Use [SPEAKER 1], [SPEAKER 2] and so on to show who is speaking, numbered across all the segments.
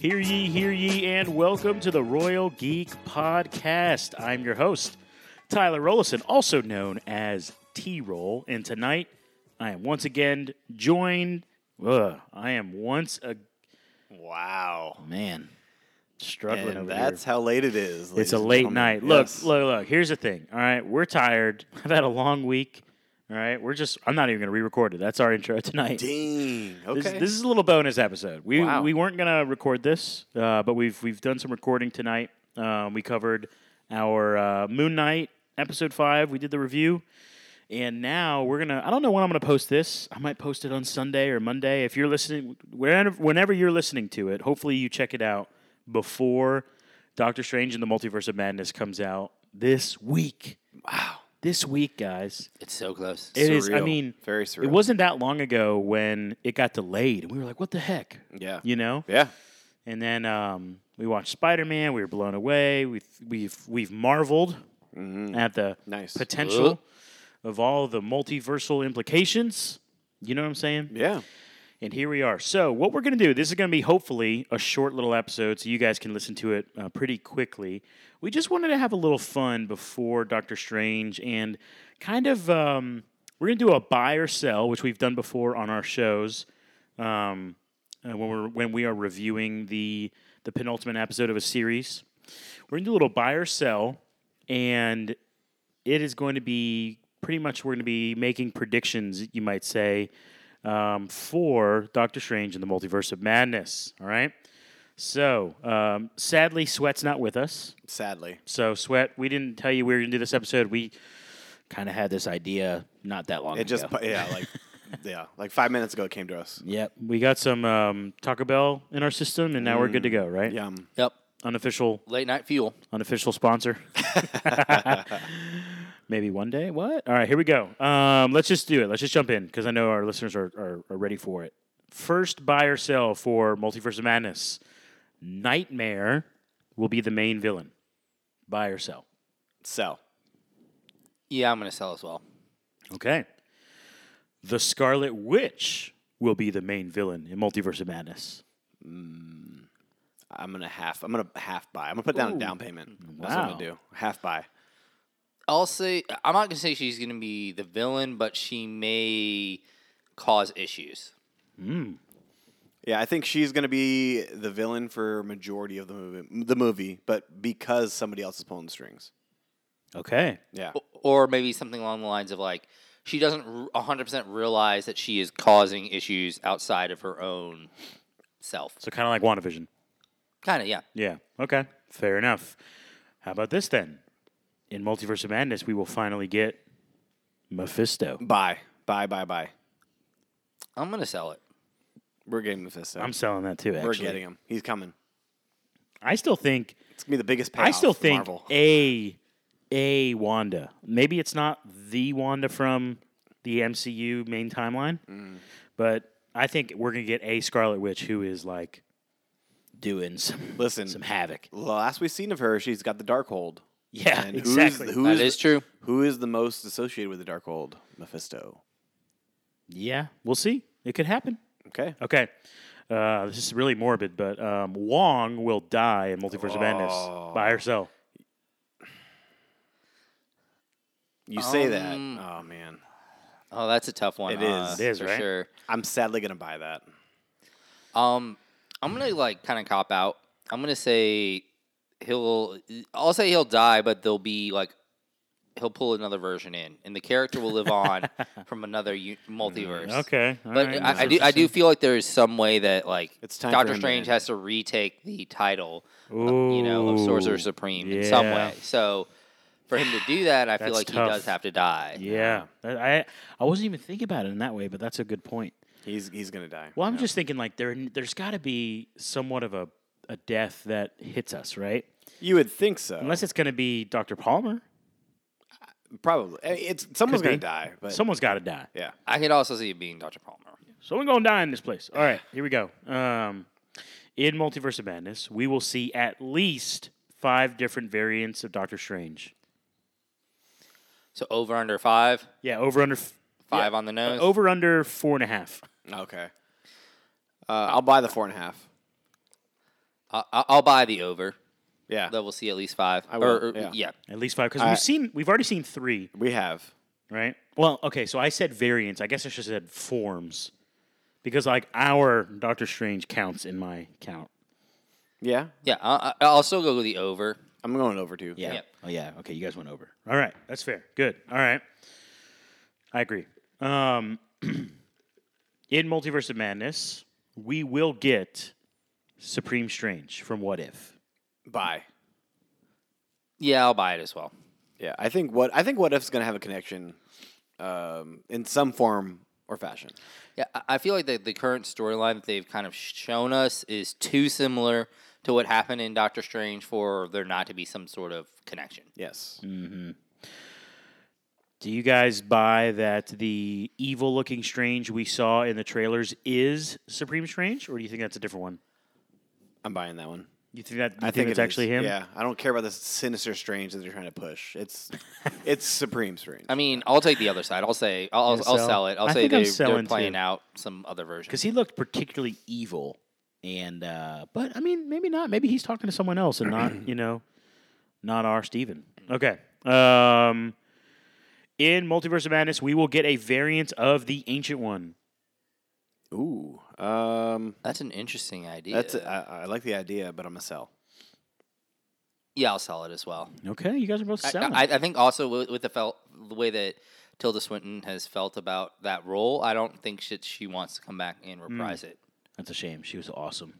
[SPEAKER 1] Hear ye, hear ye, and welcome to the Royal Geek Podcast. I'm your host, Tyler Rollison, also known as T Roll, and tonight I am once again joined. Ugh, I am once a
[SPEAKER 2] Wow.
[SPEAKER 1] man struggling
[SPEAKER 2] And
[SPEAKER 1] over
[SPEAKER 2] that's
[SPEAKER 1] here.
[SPEAKER 2] how late it is.
[SPEAKER 1] It's
[SPEAKER 2] ladies
[SPEAKER 1] a
[SPEAKER 2] and
[SPEAKER 1] late
[SPEAKER 2] gentlemen.
[SPEAKER 1] night. Look,
[SPEAKER 2] Yes.
[SPEAKER 1] look, look. Here's the thing. All right, we're tired. I've had a long week. All right, we're just. I'm not even going to re-record it. That's our intro tonight.
[SPEAKER 2] Dang. Okay.
[SPEAKER 1] This, this is a little bonus episode. We
[SPEAKER 2] Wow.
[SPEAKER 1] we weren't gonna record this, uh, but we've we've done some recording tonight. Um, we covered our uh, Moon Knight episode five. We did the review, and now we're gonna. I don't know when I'm gonna post this. I might post it on Sunday or Monday. If you're listening, whenever whenever you're listening to it, hopefully you check it out before Doctor Strange and the Multiverse of Madness comes out this week.
[SPEAKER 2] wow.
[SPEAKER 1] This week, guys.
[SPEAKER 3] It's so close.
[SPEAKER 1] It is. I
[SPEAKER 2] Surreal.
[SPEAKER 1] mean,
[SPEAKER 2] Very
[SPEAKER 1] it
[SPEAKER 2] surreal.
[SPEAKER 1] wasn't that long ago when it got delayed, and we were like, "What the heck?"
[SPEAKER 2] Yeah.
[SPEAKER 1] You know.
[SPEAKER 2] Yeah.
[SPEAKER 1] And then um, we watched Spider Man. We were blown away. We've we've we've marveled at the
[SPEAKER 2] Mm-hmm. Nice.
[SPEAKER 1] potential of all the multiversal implications. You know what I'm saying?
[SPEAKER 2] Yeah.
[SPEAKER 1] And here we are. So, what we're going to do, this is going to be hopefully a short little episode so you guys can listen to it uh, pretty quickly. We just wanted to have a little fun before Doctor Strange and kind of, um, we're going to do a buy or sell, which we've done before on our shows um, uh, when, we're, when we are reviewing the, the penultimate episode of a series. We're going to do a little buy or sell, and it is going to be pretty much we're going to be making predictions, you might say, um, for Doctor Strange and the Multiverse of Madness. All right. So um, sadly, Sweat's not with us.
[SPEAKER 2] Sadly.
[SPEAKER 1] So Sweat, we didn't tell you we were going to do this episode. We kind of had this idea not that long
[SPEAKER 2] It just,
[SPEAKER 1] ago.
[SPEAKER 2] yeah, like, yeah, like five minutes ago it came to us.
[SPEAKER 3] Yep.
[SPEAKER 1] we got some um, Taco Bell in our system, and now we're good to
[SPEAKER 2] Mm.
[SPEAKER 1] go. Right?
[SPEAKER 2] Yum.
[SPEAKER 3] Yep.
[SPEAKER 1] Unofficial,
[SPEAKER 3] Late night fuel.
[SPEAKER 1] unofficial sponsor. Maybe one day. What? All right, here we go. Um, let's just do it. Let's just jump in because I know our listeners are, are, are ready for it. First buy or sell for Multiverse of Madness. Nightmare will be the main villain. Buy or sell.
[SPEAKER 2] Sell.
[SPEAKER 3] Yeah, I'm gonna sell as well.
[SPEAKER 1] Okay. The Scarlet Witch will be the main villain in Multiverse of Madness.
[SPEAKER 2] I'm gonna half. I'm gonna half buy. I'm gonna put down a down payment. That's what I'm
[SPEAKER 1] Wow.
[SPEAKER 2] gonna do. Half buy.
[SPEAKER 3] I'll say I'm not gonna say she's gonna be the villain, but she may cause issues.
[SPEAKER 2] Yeah, I think she's gonna be the villain for majority of the movie. The movie, but because somebody else is pulling the strings.
[SPEAKER 1] Okay.
[SPEAKER 2] Yeah.
[SPEAKER 3] Or maybe something along the lines of like she doesn't r- 100% realize that she is causing issues outside of her own self.
[SPEAKER 1] So kind of like WandaVision.
[SPEAKER 3] Kind of, yeah.
[SPEAKER 1] Yeah. Okay. Fair enough. How about this then? In Multiverse of Madness, we will finally get Mephisto.
[SPEAKER 2] Buy. Buy. Buy. Buy.
[SPEAKER 3] I'm gonna sell it.
[SPEAKER 2] We're getting Mephisto.
[SPEAKER 1] I'm selling that too. Actually,
[SPEAKER 2] We're getting him. He's coming.
[SPEAKER 1] I still think.
[SPEAKER 2] It's gonna be the biggest payoff.
[SPEAKER 1] I still
[SPEAKER 2] for
[SPEAKER 1] think
[SPEAKER 2] Marvel.
[SPEAKER 1] a a Wanda. Maybe it's not the Wanda from the MCU main timeline,
[SPEAKER 2] Mm.
[SPEAKER 1] but I think we're gonna get a Scarlet Witch who is like doing some
[SPEAKER 2] Listen,
[SPEAKER 1] some havoc.
[SPEAKER 2] last we've seen of her, she's got the dark hold.
[SPEAKER 1] Yeah,
[SPEAKER 2] And
[SPEAKER 1] exactly.
[SPEAKER 2] Who's, who
[SPEAKER 3] That is true.
[SPEAKER 2] Who is the most associated with the dark hold? Mephisto.
[SPEAKER 1] yeah, we'll see. It could happen.
[SPEAKER 2] Okay.
[SPEAKER 1] Okay. Uh, this is really morbid, but um, Wong will die in Multiverse of Madness by herself.
[SPEAKER 2] You say that.
[SPEAKER 3] Um,
[SPEAKER 2] Oh man.
[SPEAKER 3] Oh, that's a tough one.
[SPEAKER 2] It is.
[SPEAKER 3] uh,
[SPEAKER 2] It
[SPEAKER 1] is,
[SPEAKER 3] for
[SPEAKER 1] right?
[SPEAKER 3] sure.
[SPEAKER 2] I'm sadly gonna buy that.
[SPEAKER 3] Um, I'm gonna like kind of cop out. I'm gonna say he'll. I'll say he'll die, but there'll be like he'll pull another version in, and the character will live on from another u- multiverse.
[SPEAKER 1] Okay. all
[SPEAKER 3] But
[SPEAKER 1] right,
[SPEAKER 3] I, I
[SPEAKER 1] that's
[SPEAKER 3] do. I do
[SPEAKER 1] interesting.
[SPEAKER 3] feel like there is some way that like
[SPEAKER 2] It's time for
[SPEAKER 3] Doctor
[SPEAKER 2] him to
[SPEAKER 3] Strange
[SPEAKER 2] end.
[SPEAKER 3] has to retake the title, uh, you know, of Sorcerer
[SPEAKER 1] Ooh,
[SPEAKER 3] Supreme in some
[SPEAKER 1] yeah.
[SPEAKER 3] way. So for him to do that, I feel
[SPEAKER 1] That's
[SPEAKER 3] like
[SPEAKER 1] tough.
[SPEAKER 3] he does have to die.
[SPEAKER 1] Yeah, That- I I wasn't even thinking about it in that way, but that's a good point.
[SPEAKER 2] He's he's gonna die.
[SPEAKER 1] Well, I'm
[SPEAKER 2] Yeah.
[SPEAKER 1] just thinking like there there's got to be somewhat of a a death that hits us, right?
[SPEAKER 2] You would think so.
[SPEAKER 1] Unless it's going to be Dr. Palmer,
[SPEAKER 2] Probably. I mean, It's someone's
[SPEAKER 1] Could
[SPEAKER 2] gonna
[SPEAKER 1] be.
[SPEAKER 2] die. But
[SPEAKER 1] someone's got to die.
[SPEAKER 2] yeah.
[SPEAKER 3] I could also see it being Doctor Palmer.
[SPEAKER 1] Someone gonna die in this place. All right, here we go. Um, in Multiverse of Madness, we will see at least five different variants of Doctor Strange.
[SPEAKER 3] So over under five,
[SPEAKER 1] Yeah, over under f-
[SPEAKER 3] five on the
[SPEAKER 1] Uh,
[SPEAKER 3] nose.
[SPEAKER 1] over under four and a half.
[SPEAKER 2] Okay. Uh, I'll buy the four and a half.
[SPEAKER 3] I, I- I'll buy the over.
[SPEAKER 2] Yeah,
[SPEAKER 3] That we'll see at least five.
[SPEAKER 2] I will,
[SPEAKER 3] Or- or-
[SPEAKER 2] yeah.
[SPEAKER 3] yeah.
[SPEAKER 1] At least five, because
[SPEAKER 2] I-
[SPEAKER 1] we've seen we've already seen three,
[SPEAKER 2] we have.
[SPEAKER 1] right? Well, okay, so I said variants. I guess I should have said forms, because like our Doctor Strange counts in my count.
[SPEAKER 2] Yeah,
[SPEAKER 3] Yeah, I, I- I'll still go with the over.
[SPEAKER 2] I'm going over too.
[SPEAKER 1] Yeah.
[SPEAKER 3] Yeah.
[SPEAKER 1] Oh yeah. Okay, you guys went over. All right, that's fair. Good. All right, I agree. Um, in Multiverse of Madness, we will get Supreme Strange from What If.
[SPEAKER 2] Bye.
[SPEAKER 3] Yeah, I'll buy it as well.
[SPEAKER 2] Yeah, I think what I think what if's gonna have a connection, um, in some form or fashion.
[SPEAKER 3] Yeah, I- I feel like the, the current storyline that they've kind of shown us is too similar to what happened in Doctor Strange for there not to be some sort of connection.
[SPEAKER 2] Yes.
[SPEAKER 1] Mm. Do you guys buy that the evil-looking Strange we saw in the trailers is Supreme Strange, or do you think that's a different one?
[SPEAKER 2] I'm buying that one.
[SPEAKER 1] You think that? You
[SPEAKER 2] I
[SPEAKER 1] think, it's
[SPEAKER 2] it is.
[SPEAKER 1] actually him?
[SPEAKER 2] Yeah, I don't care about the sinister strange that they're trying to push. It's it's supreme strange.
[SPEAKER 3] I mean, I'll take the other side. I'll say I'll, I'll,
[SPEAKER 1] Yeah,
[SPEAKER 3] I'll
[SPEAKER 1] sell.
[SPEAKER 3] sell it. I'll
[SPEAKER 1] I
[SPEAKER 3] say
[SPEAKER 1] think I'm
[SPEAKER 3] they, they're
[SPEAKER 1] selling,
[SPEAKER 3] playing
[SPEAKER 1] too.
[SPEAKER 3] out some other version.
[SPEAKER 1] because he looked particularly evil. And uh, but I mean, maybe not. Maybe he's talking to someone else and not you know, not our Steven. Okay. Um, in Multiverse of Madness, we will get a variant of the Ancient One.
[SPEAKER 2] Ooh, um,
[SPEAKER 3] That's an interesting idea.
[SPEAKER 2] that's I, I like the idea, but I'm a sell.
[SPEAKER 3] yeah, I'll sell it as well.
[SPEAKER 1] Okay, you guys are both
[SPEAKER 3] I,
[SPEAKER 1] selling.
[SPEAKER 3] I, I think also with, with the felt the way that Tilda Swinton has felt about that role, I don't think she, she wants to come back and
[SPEAKER 2] Hmm.
[SPEAKER 3] reprise it.
[SPEAKER 1] That's a shame. She was awesome.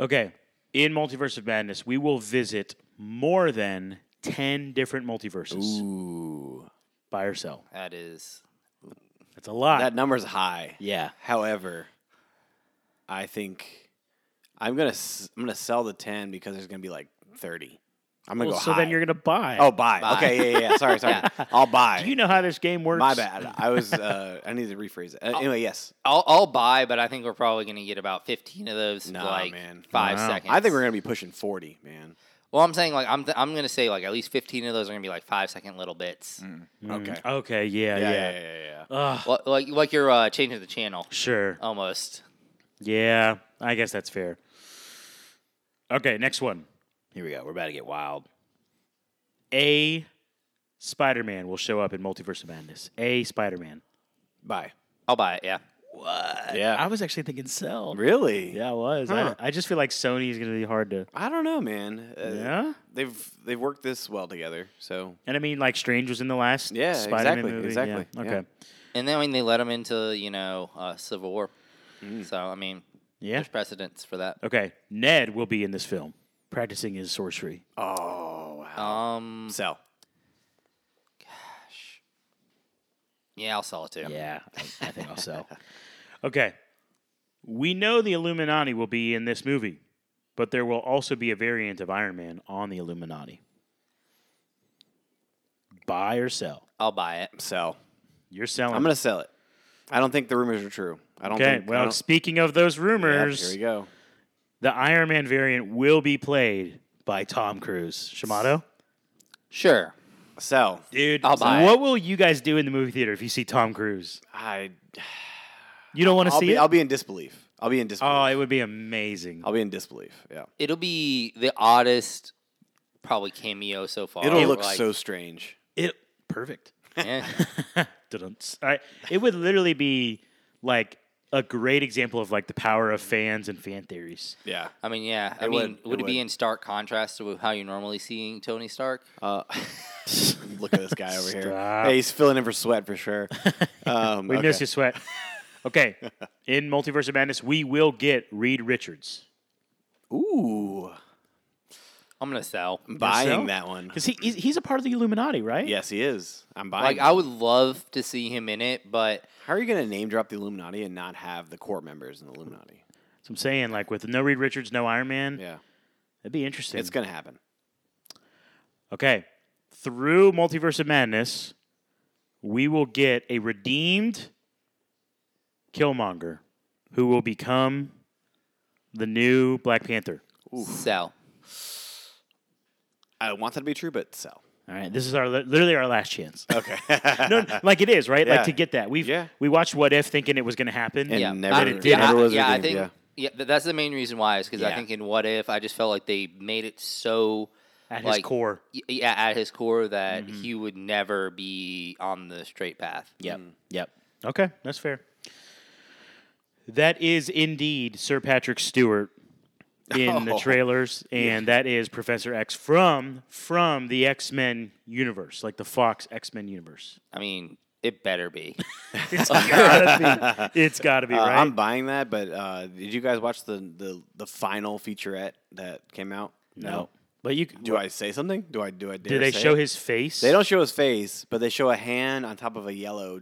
[SPEAKER 1] Okay, in Multiverse of Madness, we will visit more than ten different multiverses.
[SPEAKER 2] Ooh,
[SPEAKER 1] Buy or sell?
[SPEAKER 3] That is
[SPEAKER 1] That's a lot.
[SPEAKER 2] that number's high.
[SPEAKER 1] yeah.
[SPEAKER 2] However, I think I'm gonna s- I'm gonna sell the ten because there's gonna be like thirty. I'm gonna
[SPEAKER 1] Well,
[SPEAKER 2] go
[SPEAKER 1] so
[SPEAKER 2] high.
[SPEAKER 1] then you're gonna buy.
[SPEAKER 2] oh buy.
[SPEAKER 3] Buy.
[SPEAKER 2] okay yeah yeah, yeah. sorry sorry I'll buy
[SPEAKER 1] Do you know how this game works?
[SPEAKER 2] my bad I was uh, I need to rephrase it uh, anyway yes
[SPEAKER 3] I'll, I'll buy, but I think we're probably going to get about fifteen of those.
[SPEAKER 2] Nah,
[SPEAKER 3] like
[SPEAKER 2] man.
[SPEAKER 3] five
[SPEAKER 1] Wow.
[SPEAKER 3] seconds.
[SPEAKER 2] I think we're gonna be pushing forty man
[SPEAKER 3] Well, I'm saying like I'm th- I'm going to say like at least fifteen of those are going to be like five second little bits.
[SPEAKER 2] Hmm.
[SPEAKER 1] Mm,
[SPEAKER 2] Okay.
[SPEAKER 1] Okay. Yeah. Yeah.
[SPEAKER 2] yeah yeah yeah, yeah, yeah.
[SPEAKER 1] Ugh,
[SPEAKER 3] Li- Like like you're uh, changing the channel
[SPEAKER 1] sure.
[SPEAKER 3] almost.
[SPEAKER 1] Yeah. I guess that's fair. Okay. Next one. Here we go. We're about to get wild. A Spider Man will show up in Multiverse of Madness. A Spider Man.
[SPEAKER 2] buy
[SPEAKER 3] I'll buy it. Yeah.
[SPEAKER 1] What?
[SPEAKER 2] Yeah.
[SPEAKER 1] I was actually thinking sell.
[SPEAKER 2] really
[SPEAKER 1] Yeah, I was.
[SPEAKER 2] Huh.
[SPEAKER 1] I, I just feel like Sony is going to be hard to.
[SPEAKER 2] I don't know man uh,
[SPEAKER 1] Yeah.
[SPEAKER 2] they've they've worked this well together so
[SPEAKER 1] And I mean, like Strange was in the last
[SPEAKER 2] Yeah,
[SPEAKER 1] Spider-Man
[SPEAKER 2] exactly,
[SPEAKER 1] movie.
[SPEAKER 2] exactly,
[SPEAKER 1] Yeah.
[SPEAKER 2] yeah.
[SPEAKER 1] Okay.
[SPEAKER 3] And then when they let him into you know uh, Civil War,
[SPEAKER 2] Hmm.
[SPEAKER 3] so I mean
[SPEAKER 1] Yeah.
[SPEAKER 3] there's precedence for that.
[SPEAKER 1] Okay. Ned will be in this film, practicing his sorcery.
[SPEAKER 2] oh wow
[SPEAKER 3] Um.
[SPEAKER 2] sell
[SPEAKER 3] Yeah, I'll sell it too.
[SPEAKER 1] Yeah, I, I think I'll sell. Okay. We know the Illuminati will be in this movie, but there will also be a variant of Iron Man on the Illuminati. Buy or sell?
[SPEAKER 3] I'll buy it.
[SPEAKER 2] sell
[SPEAKER 1] You're selling.
[SPEAKER 2] I'm gonna sell it I don't think the rumors are true I don't
[SPEAKER 1] okay,
[SPEAKER 2] think I
[SPEAKER 1] well,
[SPEAKER 2] don't-
[SPEAKER 1] speaking of those
[SPEAKER 2] Yep,
[SPEAKER 1] rumors,
[SPEAKER 2] here we go
[SPEAKER 1] the Iron Man variant will be played by Tom Cruise. Shamato?
[SPEAKER 3] Sure.
[SPEAKER 2] sell
[SPEAKER 1] Dude,
[SPEAKER 3] I'll buy
[SPEAKER 1] what will you guys do in the movie theater if you see Tom Cruise?
[SPEAKER 2] I
[SPEAKER 1] You don't want to
[SPEAKER 2] I'll
[SPEAKER 1] see
[SPEAKER 2] be
[SPEAKER 1] it?
[SPEAKER 2] I'll be in disbelief I'll be in disbelief
[SPEAKER 1] oh, it would be amazing.
[SPEAKER 2] I'll be in disbelief yeah
[SPEAKER 3] It'll be the oddest, probably cameo so far.
[SPEAKER 2] It'll
[SPEAKER 3] We're
[SPEAKER 2] look
[SPEAKER 3] like,
[SPEAKER 2] so strange.
[SPEAKER 1] It perfect.
[SPEAKER 3] eh.
[SPEAKER 1] Dun-duns. I- it would literally be like a great example of like the power of fans and fan theories.
[SPEAKER 2] Yeah.
[SPEAKER 3] I mean, yeah. I
[SPEAKER 2] It
[SPEAKER 3] mean,
[SPEAKER 2] would,
[SPEAKER 3] would,
[SPEAKER 2] it
[SPEAKER 3] it, be
[SPEAKER 2] would.
[SPEAKER 3] in stark contrast to how you normally seeing Tony Stark?
[SPEAKER 2] Uh, look at this guy over here.
[SPEAKER 1] Stop.
[SPEAKER 2] Hey, he's filling in for sweat for sure. Um,
[SPEAKER 1] We
[SPEAKER 2] okay.
[SPEAKER 1] miss you, sweat. Okay, in Multiverse of Madness, we will get Reed Richards
[SPEAKER 2] Ooh,
[SPEAKER 3] I'm gonna sell.
[SPEAKER 1] sell?
[SPEAKER 2] buying that one.
[SPEAKER 1] because he he's, he's a part of the Illuminati, right?
[SPEAKER 2] Yes, he is. I'm buying.
[SPEAKER 3] Like,
[SPEAKER 2] it.
[SPEAKER 3] I would love to see him in it, but
[SPEAKER 2] How are you going to name drop the Illuminati and not have the core members in the Illuminati?
[SPEAKER 1] So I'm saying like with no Reed Richards, no Iron Man,
[SPEAKER 2] Yeah,
[SPEAKER 1] that'd be interesting.
[SPEAKER 2] it's going to happen.
[SPEAKER 1] Okay, through Multiverse of Madness, we will get a redeemed Killmonger who will become the new Black Panther.
[SPEAKER 3] sell.
[SPEAKER 2] I want that to be true, but sell.
[SPEAKER 1] All right, this is our literally our last chance.
[SPEAKER 2] Okay.
[SPEAKER 1] no, like it is right. Like
[SPEAKER 2] Yeah.
[SPEAKER 1] to get that, we've
[SPEAKER 2] Yeah.
[SPEAKER 1] we watched What If, thinking it was going to happen.
[SPEAKER 2] And
[SPEAKER 3] Yeah,
[SPEAKER 2] never,
[SPEAKER 3] I-
[SPEAKER 2] it
[SPEAKER 3] yeah,
[SPEAKER 2] never
[SPEAKER 3] I-
[SPEAKER 2] was
[SPEAKER 3] yeah, I
[SPEAKER 2] redeemed.
[SPEAKER 3] think-
[SPEAKER 2] yeah.
[SPEAKER 3] Yeah, th- that's the main reason why is because I
[SPEAKER 1] Yeah.
[SPEAKER 3] think in What If I just felt like they made it so
[SPEAKER 1] at his
[SPEAKER 3] like,
[SPEAKER 1] core. Mm-hmm.
[SPEAKER 3] y- yeah, at his core that he would never be on the straight path.
[SPEAKER 4] Yep. Yep.
[SPEAKER 1] Okay, that's fair. That is indeed Sir Patrick Stewart in the
[SPEAKER 2] Oh.
[SPEAKER 1] trailers, and that is Professor X from from the X Men universe, like the Fox X Men universe.
[SPEAKER 3] I mean, it better be.
[SPEAKER 1] It's gotta be. It's gotta be
[SPEAKER 2] Uh,
[SPEAKER 1] right.
[SPEAKER 2] I'm buying that, but uh, did you guys watch the, the the final featurette that came out?
[SPEAKER 1] no, but you
[SPEAKER 2] Do I say something? Do I do I? Dare
[SPEAKER 1] do they
[SPEAKER 2] say
[SPEAKER 1] show
[SPEAKER 2] it?
[SPEAKER 1] his face?
[SPEAKER 2] They don't show his face, but they show a hand on top of a yellow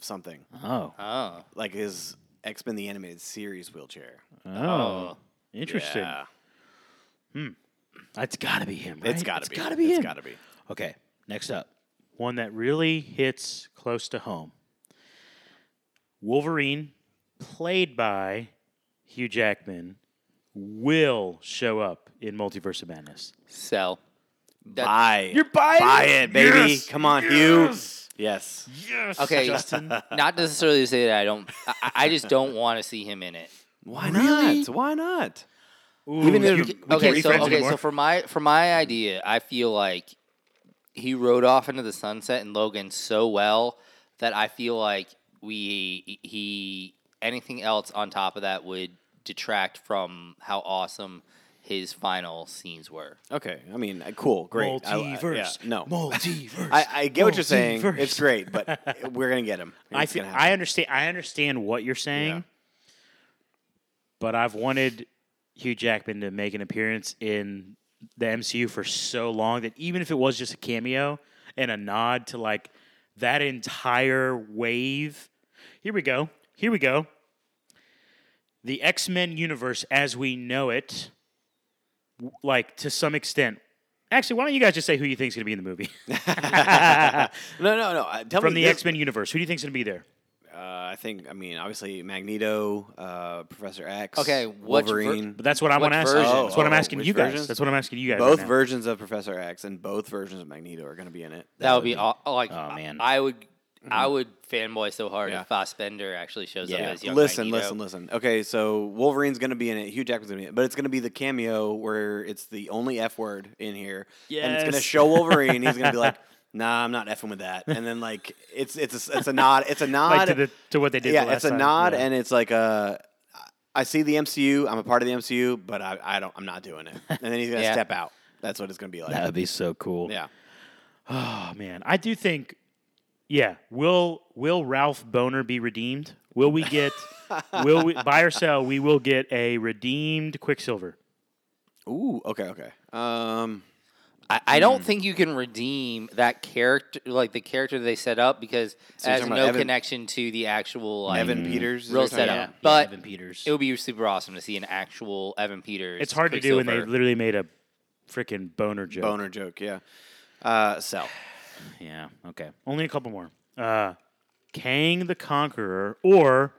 [SPEAKER 2] something
[SPEAKER 1] Oh,
[SPEAKER 3] Oh,
[SPEAKER 2] like his X Men the Animated Series wheelchair.
[SPEAKER 1] oh, interesting.
[SPEAKER 2] Yeah.
[SPEAKER 1] It's gotta be him.
[SPEAKER 2] It's
[SPEAKER 1] right?
[SPEAKER 2] gotta be.
[SPEAKER 1] It's gotta be him.
[SPEAKER 2] It's gotta be.
[SPEAKER 1] Okay, next up. One that really hits close to home Wolverine, played by Hugh Jackman, will show up in Multiverse of Madness.
[SPEAKER 3] sell. That-
[SPEAKER 2] Buy. You're
[SPEAKER 1] buying
[SPEAKER 2] Buy it, baby.
[SPEAKER 1] Yes.
[SPEAKER 2] Come on,
[SPEAKER 1] yes.
[SPEAKER 2] Hugh. Yes.
[SPEAKER 1] Yes.
[SPEAKER 3] Okay.
[SPEAKER 1] Justin.
[SPEAKER 3] Not necessarily to say that I don't. I- I, I just don't want to see him in it.
[SPEAKER 2] Why
[SPEAKER 1] Really?
[SPEAKER 2] not? Why not?
[SPEAKER 1] Ooh,
[SPEAKER 2] Even if-
[SPEAKER 1] you-
[SPEAKER 2] Okay,
[SPEAKER 1] we
[SPEAKER 3] okay,
[SPEAKER 1] can't
[SPEAKER 3] so
[SPEAKER 1] be friends
[SPEAKER 3] okay, so
[SPEAKER 1] anymore.
[SPEAKER 3] for my for my idea, I feel like he rode off into the sunset in Logan so well that I feel like we he anything else on top of that would detract from how awesome his final scenes were.
[SPEAKER 2] Okay. I mean, uh, cool, great. I- I- yeah,
[SPEAKER 1] Multiverse.
[SPEAKER 2] no.
[SPEAKER 1] Multiverse.
[SPEAKER 2] I, I get what you're saying.
[SPEAKER 1] Multiverse.
[SPEAKER 2] It's great, but we're gonna get him.
[SPEAKER 1] I
[SPEAKER 2] It's
[SPEAKER 1] feel,
[SPEAKER 2] gonna happen.
[SPEAKER 1] I understand I understand what you're saying, but I've wanted Hugh Jackman to make an appearance in the MCU for so long that even if it was just a cameo and a nod to like that entire wave, here we go, here we go. The X Men universe as we know it, w- like to some extent. Actually, why don't you guys just say who you think's going to be in the movie
[SPEAKER 2] No, no, no. uh, Tell
[SPEAKER 1] from
[SPEAKER 2] me
[SPEAKER 1] the
[SPEAKER 2] this-
[SPEAKER 1] X Men universe? Who do you think's going to be there?
[SPEAKER 2] Uh, I think. I mean, obviously, Magneto, uh, Professor X.
[SPEAKER 3] Okay, what ver-
[SPEAKER 2] Wolverine.
[SPEAKER 1] But that's what I want
[SPEAKER 3] What
[SPEAKER 1] to ask.
[SPEAKER 3] version?
[SPEAKER 1] that's what I'm
[SPEAKER 2] Oh,
[SPEAKER 1] asking
[SPEAKER 2] which
[SPEAKER 1] you guys.
[SPEAKER 2] versions?
[SPEAKER 1] That's what I'm asking you guys.
[SPEAKER 2] both
[SPEAKER 1] right now.
[SPEAKER 2] versions of Professor X and both versions of Magneto are gonna be in it.
[SPEAKER 3] That, would be, aw- like
[SPEAKER 1] Oh, man.
[SPEAKER 3] I would I
[SPEAKER 1] Mm-hmm.
[SPEAKER 3] would fanboy so hard
[SPEAKER 2] Yeah.
[SPEAKER 3] if Fassbender actually shows up as young
[SPEAKER 2] Listen,
[SPEAKER 3] Magneto.
[SPEAKER 2] listen, listen. Okay, so Wolverine's gonna be in it. Hugh Jackman's gonna be in it, but it's gonna be the cameo where it's the only F word in here, and it's gonna
[SPEAKER 1] Yes.
[SPEAKER 2] show Wolverine. He's gonna be like, "Nah, I'm not effing with that," and then like it's it's a, it's a nod. It's a nod.
[SPEAKER 1] Like to, the, to what they did.
[SPEAKER 2] yeah,
[SPEAKER 1] the last
[SPEAKER 2] it's a
[SPEAKER 1] time.
[SPEAKER 2] nod,
[SPEAKER 1] Yeah.
[SPEAKER 2] and it's like a. I see the MCU. I'm a part of the MCU, but I, I don't. I'm not doing it. And then he's gonna
[SPEAKER 3] Yeah.
[SPEAKER 2] step out. That's what it's gonna be like.
[SPEAKER 1] that would be so cool.
[SPEAKER 2] yeah.
[SPEAKER 1] Oh man, I do think. Yeah, will will Ralph Boner be redeemed? Will we get? will we buy or sell? We will get a redeemed Quicksilver.
[SPEAKER 2] Ooh. Okay. Okay. Um.
[SPEAKER 3] I, I
[SPEAKER 2] Hmm.
[SPEAKER 3] don't think you can redeem that character, like the character they set up, because it
[SPEAKER 2] So you're
[SPEAKER 3] has
[SPEAKER 2] talking
[SPEAKER 3] no
[SPEAKER 2] about Evan-
[SPEAKER 3] connection to the actual like,
[SPEAKER 2] Evan Peters. is
[SPEAKER 3] Mm. real
[SPEAKER 2] what you're talking
[SPEAKER 3] setup.
[SPEAKER 2] about?
[SPEAKER 3] But
[SPEAKER 4] Evan Peters.
[SPEAKER 3] it would be super awesome to see an actual Evan Peters.
[SPEAKER 1] It's hard to do when they
[SPEAKER 3] Quicksilver.
[SPEAKER 1] literally made a freaking boner joke.
[SPEAKER 2] Boner joke. Yeah. Uh. Sell.
[SPEAKER 1] Yeah. Okay. Only a couple more. Uh, Kang the Conqueror or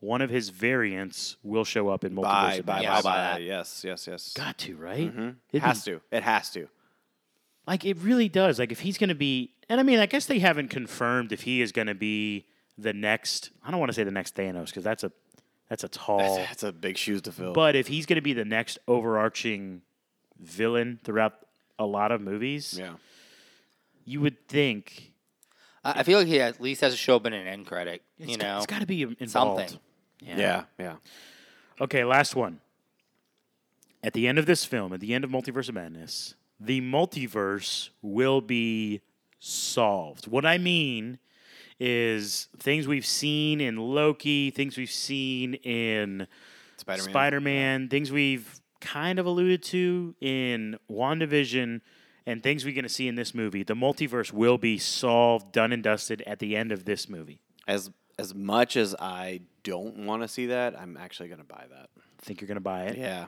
[SPEAKER 1] one of his variants will show up in multiple.
[SPEAKER 2] Buy, buy,
[SPEAKER 3] Yeah,
[SPEAKER 2] buy,
[SPEAKER 3] I'll buy
[SPEAKER 2] buy.
[SPEAKER 3] that.
[SPEAKER 2] Yes, yes, yes.
[SPEAKER 1] Got to right.
[SPEAKER 2] It
[SPEAKER 1] It'd
[SPEAKER 2] has
[SPEAKER 1] be-
[SPEAKER 2] to. It has to.
[SPEAKER 1] Like it really does. Like if he's going to be, and I mean, I guess they haven't confirmed if he is going to be the next. I don't want to say the next Thanos because that's a that's a tall.
[SPEAKER 2] That's a big shoes to fill.
[SPEAKER 1] but if he's going to be the next overarching villain throughout a lot of movies,
[SPEAKER 2] yeah.
[SPEAKER 1] you would think
[SPEAKER 3] I I feel like he at least has to show up in an end credit. you
[SPEAKER 1] it's got-
[SPEAKER 3] know,
[SPEAKER 1] it's got to be involved.
[SPEAKER 3] something.
[SPEAKER 2] yeah, yeah,
[SPEAKER 1] Okay, last one. At the end of this film, at the end of Multiverse of Madness, the multiverse will be solved. What I mean is things we've seen in Loki, things we've seen in
[SPEAKER 2] Spider Man.
[SPEAKER 1] Spider Man, things we've kind of alluded to in WandaVision, and things we're going to see in this movie. The multiverse will be solved, done and dusted at the end of this movie.
[SPEAKER 2] As as much as I don't want to see that, I'm actually gonna buy that.
[SPEAKER 1] Think you're going to buy it?
[SPEAKER 2] Yeah.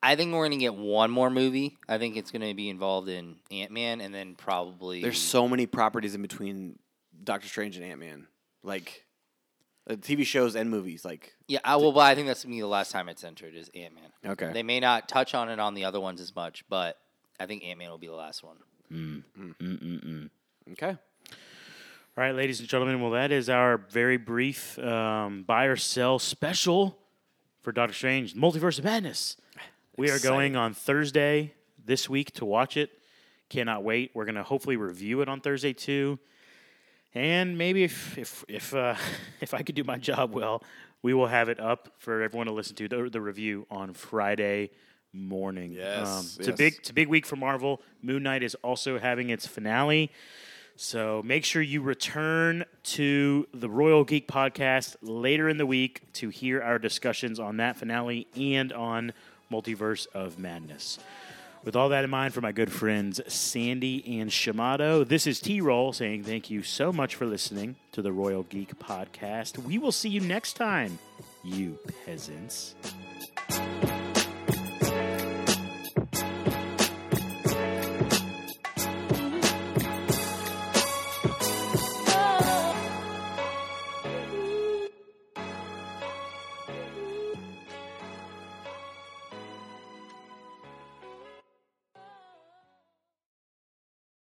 [SPEAKER 3] I think we're gonna get one more movie. I think it's gonna be involved in Ant Man, and then probably
[SPEAKER 2] There's so many properties in between Doctor Strange and Ant Man, like uh, TV shows and movies. Like
[SPEAKER 3] yeah. I, well, but I think that's gonna be the last time it's entered is Ant Man.
[SPEAKER 2] okay,
[SPEAKER 3] They may not touch on it on the other ones as much, but I think Ant Man will be the last one.
[SPEAKER 2] okay.
[SPEAKER 1] All right, ladies and gentlemen. Well, that is our very brief um, buy or sell special for Doctor Strange: Multiverse of Madness. We are
[SPEAKER 3] Exciting.
[SPEAKER 1] going on Thursday this week to watch it. Cannot wait. We're gonna hopefully review it on Thursday too, and maybe if if if uh, if I could do my job well, we will have it up for everyone to listen to the, the review on Friday morning. Um,
[SPEAKER 2] Yes,
[SPEAKER 1] it's a
[SPEAKER 2] yes.
[SPEAKER 1] big it's a big week for Marvel. Moon Knight is also having its finale. So make sure you return to the Royal Geek podcast later in the week to hear our discussions on that finale and on Multiverse of Madness. With all that in mind, for my good friends Sandy and Shamato, this is T Roll saying thank you so much for listening to the Royal Geek podcast. We will see you next time, you peasants.